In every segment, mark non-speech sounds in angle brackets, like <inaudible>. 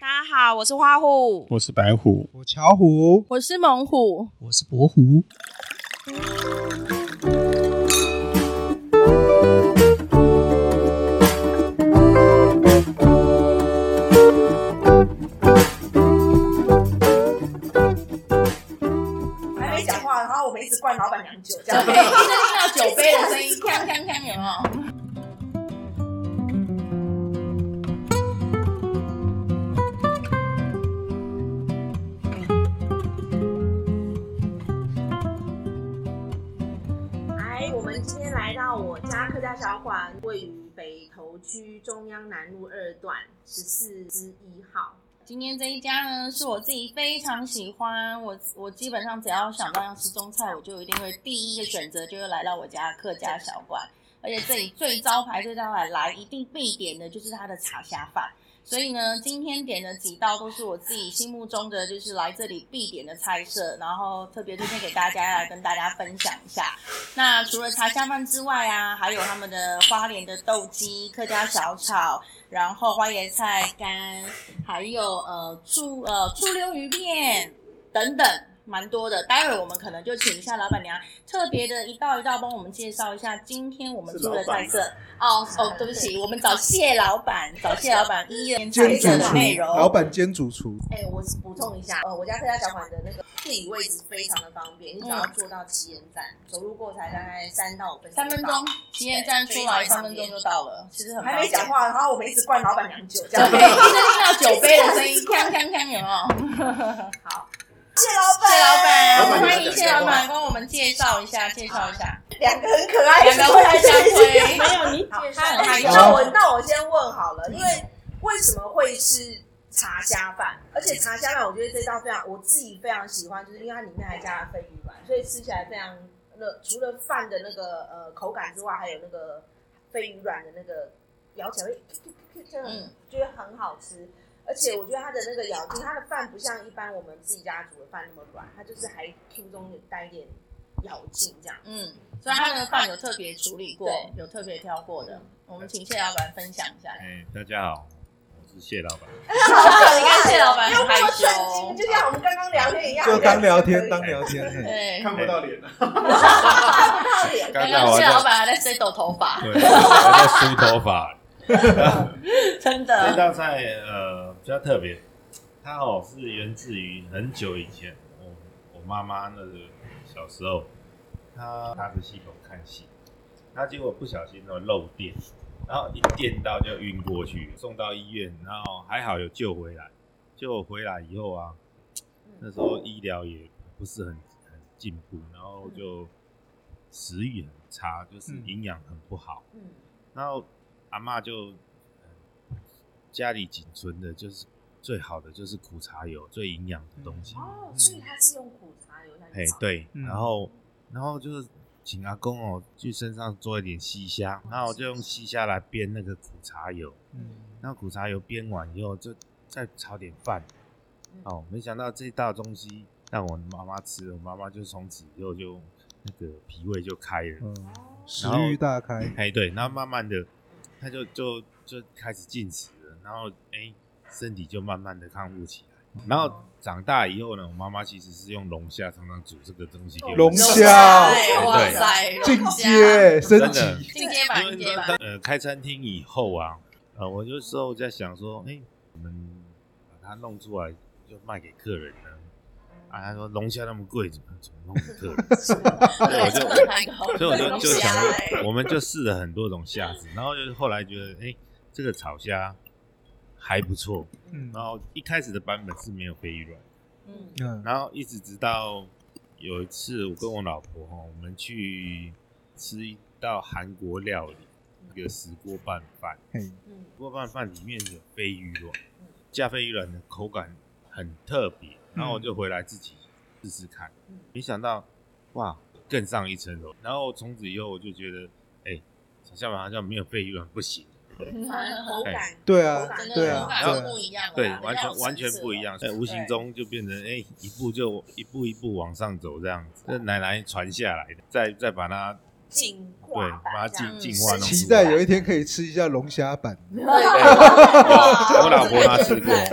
大家好，我是花虎，我是白虎，我巧虎，我是猛虎。我是博虎。还没讲话，然后我们一直灌老板娘酒，这对，样一直听到酒杯的 <laughs> 声音，锵锵锵，有没有？哎，我们今天来到我家客家小馆，位于北投区中央南路二段十四之一号。今天这一家呢，是我自己非常喜欢。我我基本上只要想到要吃中菜，我就一定会第一个选择就是来到我家客家小馆。而且这里最招牌、最招牌来一定必点的就是它的茶虾饭。所以呢，今天点的几道都是我自己心目中的，就是来这里必点的菜色，然后特别推荐给大家来跟大家分享一下。那除了茶虾饭之外啊，还有他们的花莲的豆鸡、客家小炒，然后花椰菜干，还有呃醋呃醋溜鱼片等等，蛮多的。待会我们可能就请一下老板娘，特别的一道一道帮我们介绍一下今天我们做的菜色。哦哦，对不起，我们找谢老板，找谢老板一人菜兼主色的厨内，老容。板兼主厨，哎、我补充一下，呃，我家客家小馆的那个地理位置非常的方便，你只要嗯坐到旗岩站，走路过才大概三到五分钟。三分钟，吉野站出来三分钟就到了，其实很还没方便讲。话，然后我们一直灌老板娘酒，这对，样一直听到酒杯的声音，锵锵锵，有没有？好。谢老板，谢老老板，板欢迎谢老板跟我们介绍一下，介绍一下。两个很可爱，两个会来相推，没有你好介绍他很害羞那我那我先问好了，因为为什么会是茶虾饭？而且茶虾饭，我觉得这道非常我自己非常喜欢，就是因为它里面还加了鲱鱼丸，所以吃起来非常那除了饭的那个呃口感之外，还有那个鲱鱼软的那个呃咬起来会真的嗯，觉得很好吃。而且我觉得它的那个咬劲，它的饭不像一般我们自己家煮的饭那么软，它就是还 Q 中有带一点咬劲这样。嗯，所以他的饭有特别处理过对，有特别挑过的。我们请谢老板分享一下。哎，大家好，我是谢老板。你看谢老板不要很害那么震惊，羞，就像我们刚刚聊天一样，就当聊 <laughs> 天，当聊天。嘿对，不到脸了。看不到脸。刚才刚我谢还老在，板还在吹抖头发，哎对，我还在梳头发。 <laughs> 真这的。道菜呃比较特别，它哦是源自于很久以前，我我妈妈那个小时候，她拿着系统看戏，她结果不小心哦漏电，然后一电到就晕过去，送到医院，然后还好有救回来。救回来以后啊，那时候医疗也不是很很进步，然后就嗯食欲很差，就是营养很不好。嗯，然后阿嬷就、呃家里仅存的就是最好的就是苦茶油，最营养的东西。哦，所以他是用苦茶油下嘿去炒，对，嗯然后然后就是请阿公哦去身上做一点西虾，然后我就用西虾来煸那个苦茶油。嗯那苦茶油煸完以后，就再炒点饭。哦，没想到这道东西让我妈妈吃，我妈妈就从此以后就那个脾胃就开了。嗯，食然后欲大开，哎，对，然后慢慢的，他就就就开始进食了，然后哎，身体就慢慢的康复起嗯来。然后长大以后呢，我妈妈其实是用龙虾常常煮这个东西给我龙吃虾对哇塞，进龙虾，阶升真级，的，进阶版，进阶版。呃，开餐厅以后啊，呃，我就时候在想说，哎，我们把它弄出来就卖给客人呢。啊，他说龙虾那么贵，怎么怎么弄给客人吃？<laughs> 对，我就所以我就就想龙虾说，我们就试了很多种虾子，然后就是后来觉得，哎、这个炒虾还不错。嗯然后一开始的版本是没有鲱鱼卵，嗯嗯然后一直直到有一次我跟我老婆哈，我们去吃一道韩国料理，一个石锅拌饭，嘿嗯，石锅拌饭里面有鲱鱼卵，加鲱鱼卵的口感很特别，然后我就回来自己试试看嗯，没想到哇，更上一层楼。然后从此以后我就觉得，哎、小下巴好像没有鲱鱼卵不行，反正口感对啊口，感真的对口啊，感对就啊，不一样了啦，对，比较有完全层完全次不了。一样。哎，无形中就变成哎、一步就一步一步往上走这样子。这奶奶传下来的，再再把它进对化版把它这样进进化弄出来。期待有一天可以吃一下龙虾板。对我老婆她吃过，哎，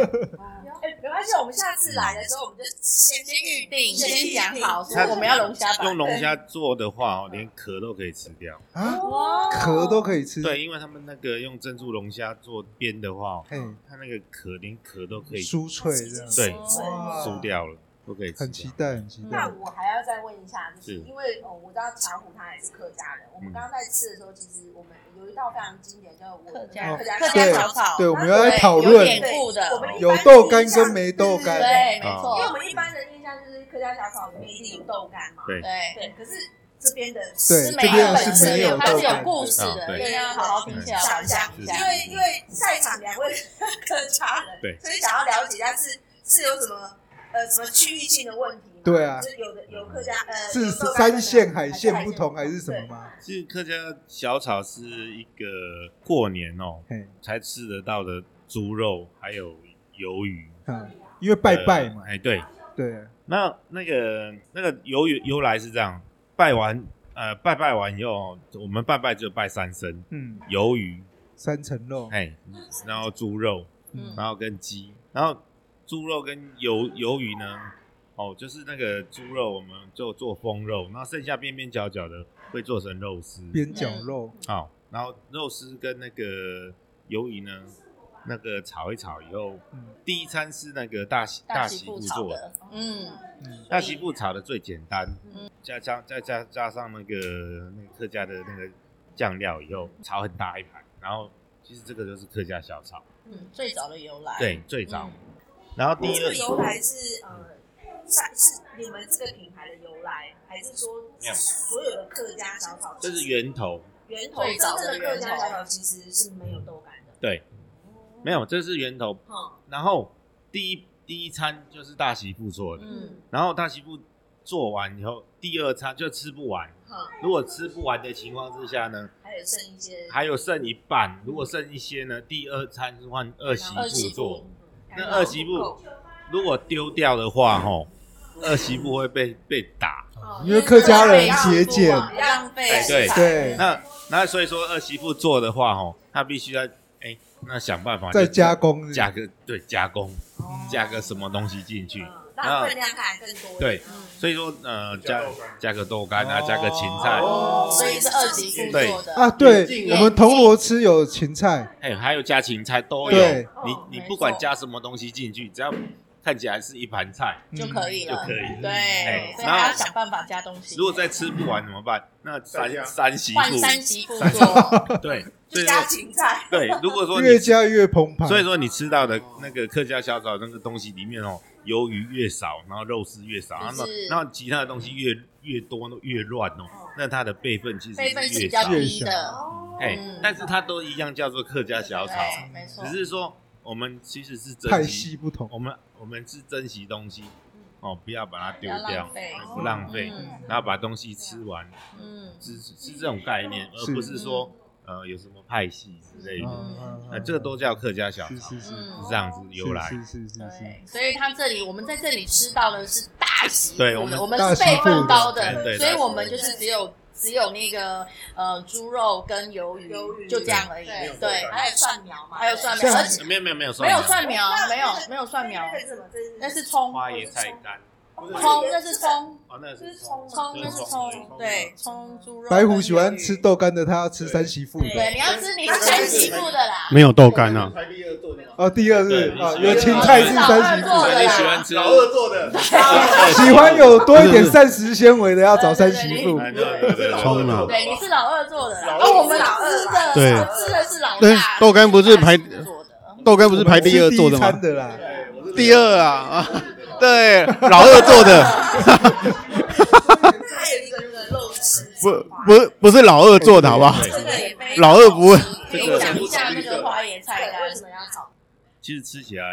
没关系，我们下次来的时候，我们就先 <laughs> 先预定，先先讲好，预定说我们要龙虾版用龙虾做的话哦，连壳都可以吃掉。啊，哇壳都可以吃。，对，因为他们那个用珍珠龙虾做边的话哦，嘿，它那个壳连壳都可以酥脆这样，对哦哇酥掉了，都可以吃掉。很期待，很期那待。我还要再问一下，就是是因为哦，我知道巧虎他也是客家人。我嗯们刚刚在吃的时候，其实我们有一道非常经典，叫我客们家客家客对家小小炒，对，我们要对来讨有论点酷的我们一般有豆干印象跟没豆干。对，没啊因为我错，们一般人印象就是客家小炒里面一定有豆干嘛。对对，对，可是这边的对是这没边有是本身没有它是豆有干故的事啊的，对一定要好好听起来，想好一想下，一因下是。为因为在场两位是客家人，对所以想要了解一下是是有什么呃什么区域性的问题吗？对啊就是有的有客家呃是有豆干的三线海还是线不同还是什么吗？其实客家小炒是一个过年哦嘿，才吃得到的猪肉，还有鱿鱼。嗯，因为拜拜嘛呃，哎，对，对，啊那那个那个由由来是这样，拜完呃拜拜完以后，哦我们拜拜就拜三牲，嗯，鱿鱼，三层肉，哎，然后猪肉，嗯然后跟鸡，然后猪肉跟鱿鱿鱼呢，哦，就是那个猪肉我们就做风肉，那剩下边边角角的会做成肉丝，边角肉，好、然后哦肉丝跟那个鱿鱼呢，那个炒一炒以后，嗯第一餐是那个大媳大媳妇妇做炒的。的，嗯，嗯，大媳妇炒的最简单嗯，加加再加加上那个那个客家的那个酱料以后，炒很大一盘。然后其实这个就是客家小炒，嗯，最早的由来，对，最早嗯。然后第这二个由来是呃，在是你们这个品牌的由来，还是说没有所有的客家小炒这是源头，源头最真早正的的客源头家小炒其实是没有豆干的，对，没有，这是源头。哈，然后第一第一餐就是大媳妇做的，嗯嗯，然后大媳妇做完以后，第二餐就吃不完。哈，如果吃不完的情况之下呢，还有剩一些还有剩一半，如果剩一些呢，第二餐是换二媳二媳妇妇做。干那扰二媳不够妇如果丢掉的话，吼，二媳妇会被被打。哦因为客家人节俭，浪费哎对对那那所以说二媳妇做的话，吼，她必须要哎、那想办法再就加工，加个对加工哦加个什么东西进去。嗯那分量还更多啊一点，对嗯所以说呃加加个豆干啊，加个芹菜，哦所以是二级妇做的啊，对，我们铜锣吃有芹菜，哎、还有加芹菜都有对。你你哦没不管错加什么东西进去，只要看起来是一盘菜，嗯就可以了，就可以对哎，所以他要想办法加东西，如果再吃不完怎么办？那再三加三媳换三妇媳妇做，对，所就以加说芹菜，对， <laughs> 如果说你越加越澎湃，所以说你吃到的那个客家小炒那个东西里面哦，鱿鱼越少，然后肉丝越少，然就后是然后其他的东西越越多越乱哦，那它的辈分其实嗯辈分是比越较少，低的，哦哎嗯，但是它都一样叫做客家小炒，对，没错只，是说我们其实是珍派惜系，不同，我们我们是珍惜东西哦，不要把它丢嗯不要掉浪费，不浪费嗯，然后把东西吃完，嗯，是是这种概念，而是不是说呃有什么派系之类的，嗯哎那这个都叫客家小是炒。是是嗯这样子由来。是是是是对，所以他这里我们在这里吃到的是大媳妇的，对我们我们大是媳辈妇分高的对对所以大我媳们妇就是只有只有那个呃猪肉跟鱿鱼，鱿鱼就这样而已，对对，还有蒜苗嘛，还有蒜这苗，样而子且呃没有没有没有没有苗蒜苗，没有没有蒜苗那，个是什么？这是那是葱，花椰菜干，葱那是葱，哦，那这是是葱葱，葱那是是葱，对，葱猪肉。白虎喜欢吃，豆干的，他要吃三媳妇的。对，你要吃你是三媳妇的啦，没有豆干干啊。排第二做的吗，哦，第二是对啊，你喜欢有芹菜是三媳老妇二，所以你喜欢吃老二做的，喜欢有多一点膳食纤维的要找三媳妇。哎对对对对，葱啊对，你是老二做的啦，老然二后我们老二吃的对我吃的是老对大，豆干不是排大媳妇做的，豆干不是排第二做的我吗们是？第一餐的啦，哎我是第二啊，啊 <laughs> 对，老二做的， <laughs> 还有一个那个肉丝，不不不是老二做的好不好？这个也非常老二不会，可以讲一下那个花椰菜对干为，什么要炒？其实吃起来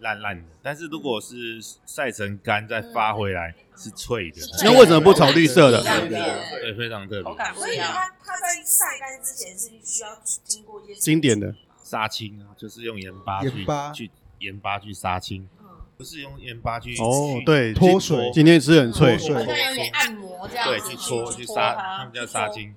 烂烂的，但是如果是晒成干再发回来，是脆的，嗯是脆那为什么不炒绿色的不一？样的对，非常特口别，感不所以一样。它它在晒干之前是需要经过一些经典的，杀青啊，就是用盐巴盐去巴去盐巴去杀青，嗯，不是用盐巴去哦去，对，脱水今天吃很脆脱，水好像有点按摩这样对子，去搓去去杀，它，他们叫杀青。嗯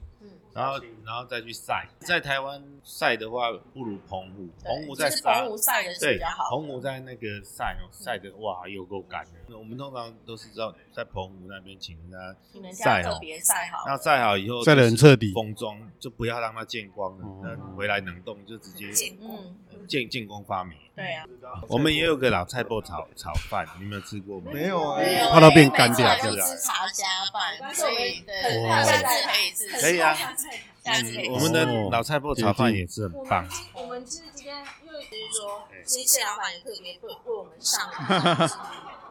然后，然后再去晒，在台湾晒的话，不如澎湖。对澎湖在其实杀澎，湖晒的是对比较，好的。嗯澎湖在那个晒哦，晒的哇，又够干的。我们通常都是知道在澎湖那边请人家，你们家特别晒好，哦那晒好以后晒得很彻底。封装，就不要让它见光了哦。那回来冷冻就直接见过嗯，见见光发霉。对啊，嗯我们也有个老菜脯炒炒饭，你们有吃过吗？没有啊没有哎怕它变干掉因为每次都是茶加饭，所以对，哇下次可以试试，可以啊很快下次可以嗯，试。我们的哦老菜脯炒饭也是我很棒们。我们是今天，因为就是说，今天谢老板也特别为为我们上了，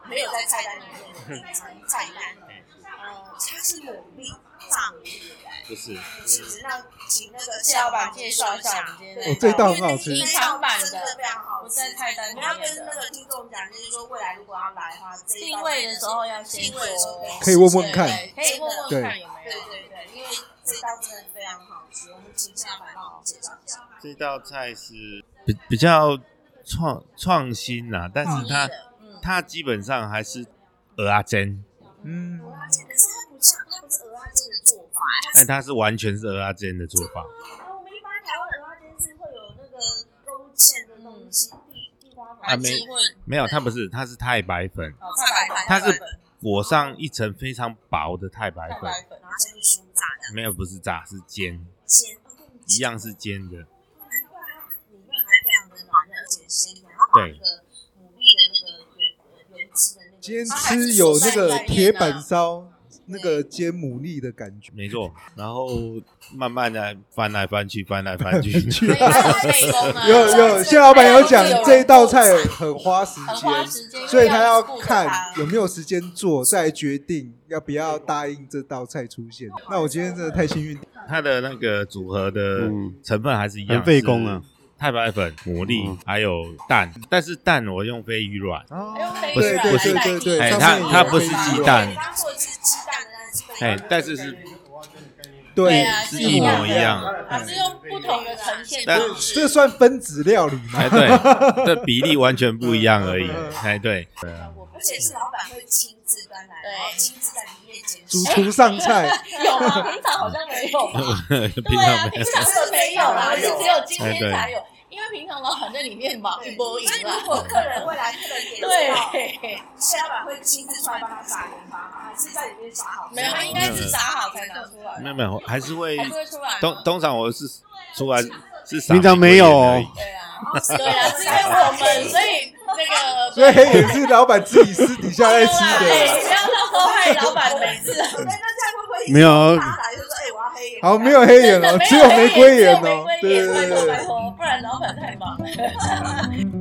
没有在菜单里面的菜菜单，呃，它是牡蛎炸牡蛎的，就是请让请那个谢老板介绍一下我们今天哦这道很好吃因为那一道真的非常好我吃。在菜单里我们要跟面那的个听众讲，就是说未来如果要来的话，这一道定位的时候要先定位的时候说可以问问对看对可以问问看有没对有。对对，因为这道真的非常好吃，我们请谢老板帮我们介绍一下。这道菜是比比较创创新呐、但是它嗯，它基本上还是鹅阿煎，嗯，可是它不像，它不是鹅啊煎的做法。但它是完全是鹅阿煎的做法。啊我们一般台湾鹅啊煎是会有那个勾芡的东西，地地瓜粉。啊没没有，它不是，它是太白粉，哦太白粉，它太白是粉裹上一层非常薄的太白太粉，白粉然，后下去熏炸的没有不是炸，是煎，煎，一样是煎的。难怪它里面还非常的软嫩，而且鲜美。它把那个牡蛎的那个有有油脂的那个，今天吃有那个啊铁板烧那个煎牡蛎的感觉，没错，然后慢慢的翻来翻去，翻来翻去， <laughs> 所以它有 <laughs> 内功啊，有有谢老板有讲这一道菜很花时很花间，时间，所以他要顾着看它有没有时间做，再来决定要不要答应这道菜出现。那我今天真的太幸运，它的那个组合的嗯成分还是一样，很费工啊，太白粉、牡蛎嗯还有蛋，但是蛋我用鲱鱼卵。用飞不是鱼对对来代对替对，哎上它面有它不是飞鱼鸡肉蛋它做的是鸡蛋的，但是被哎，但是是对对，啊是一模一样，它啊是用不同的呈现但方式这算分子料理吗？哎，对，这比例完全不一样而已，哎，对，对啊而且是老板会亲自端来，对然后亲自在里面哎煎。主哎厨上菜， <laughs> 有吗？平常好像没有吧？ <laughs> 嗯平对啊，常没平有，常是没有 <laughs> 啦，是只有今哎对天才有，因为平常老板在里面忙一波赢所以如啦。果客人未来客人也知道，对，谢老板会亲自出来帮他撒盐巴吗？还是在里面撒好？没有，他应该是撒好才拿出来没，有没有，还是会还是会出来吗。通通常我是出来是平常没有哦对啊，对啊，是因为我 <laughs> 们，所以那个 <laughs> 所以也是老板自己私底下在吃哎不的。要到时候害老板每 <laughs> 次哎那这样会不会没有啊他来就说：“哎，我要黑盐。”好，没有黑眼真哦的，只有玫眼瑰眼哦，对拜对托对拜 <laughs> 对。托，不然老板太忙了。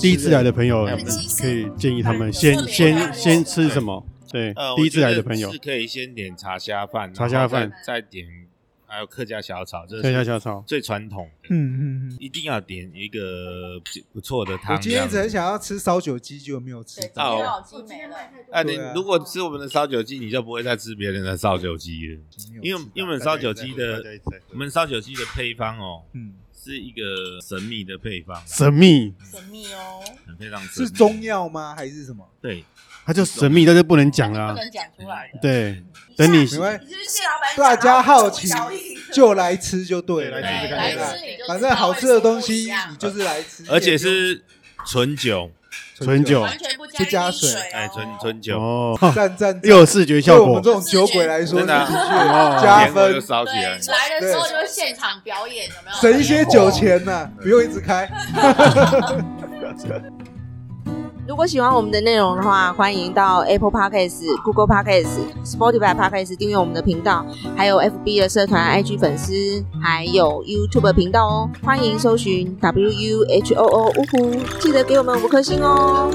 第一次来的朋友哎我们可以建议他们先特别先看过先吃什么？对呃，，第一次来的朋我友觉得是，可以先点茶虾饭，茶虾饭然后再再点还有客家小炒，这下下是小炒，最传统的，嗯嗯嗯。一定要点一个不错的汤。我今天一直很想要吃烧酒鸡，就没有吃到。对，老鸡没了。哎，你对啊如果吃我们的烧酒鸡，你就不会再吃别人的烧酒鸡了。没因有为吃到因为我们烧酒鸡的，我们烧酒鸡的配方哦，嗯是一个神秘的配方，神秘，神秘哦，很非常神秘是中药吗？还是什么？对，它就神秘，但是不能讲但啦是不。能讲出来的。对，等你没关系，你就是谢老大板，家好奇就来吃就对了。对来对，试试来看吃你就知道反正好吃的东为西什么你就是来吃，而且是纯酒，纯不一样酒完全不不加加一滴水哦哎，纯纯酒，哦， <laughs> 赞赞。又有视觉对效我果们这，种酒鬼来说，真的啊是不是哦加烟火就分烧起对，来。来的时候就是现场表演，有没有？省一些酒钱呐，不用一直开。如果喜欢我们的内容的话，欢迎到 Apple Podcasts、Google Podcasts、Spotify Podcasts 订阅我们的频道，还有 FB 的社团、IG 粉丝，还有 YouTube 频道哦。欢迎搜寻 W U H O O 呜呼，记得给我们五颗星哦。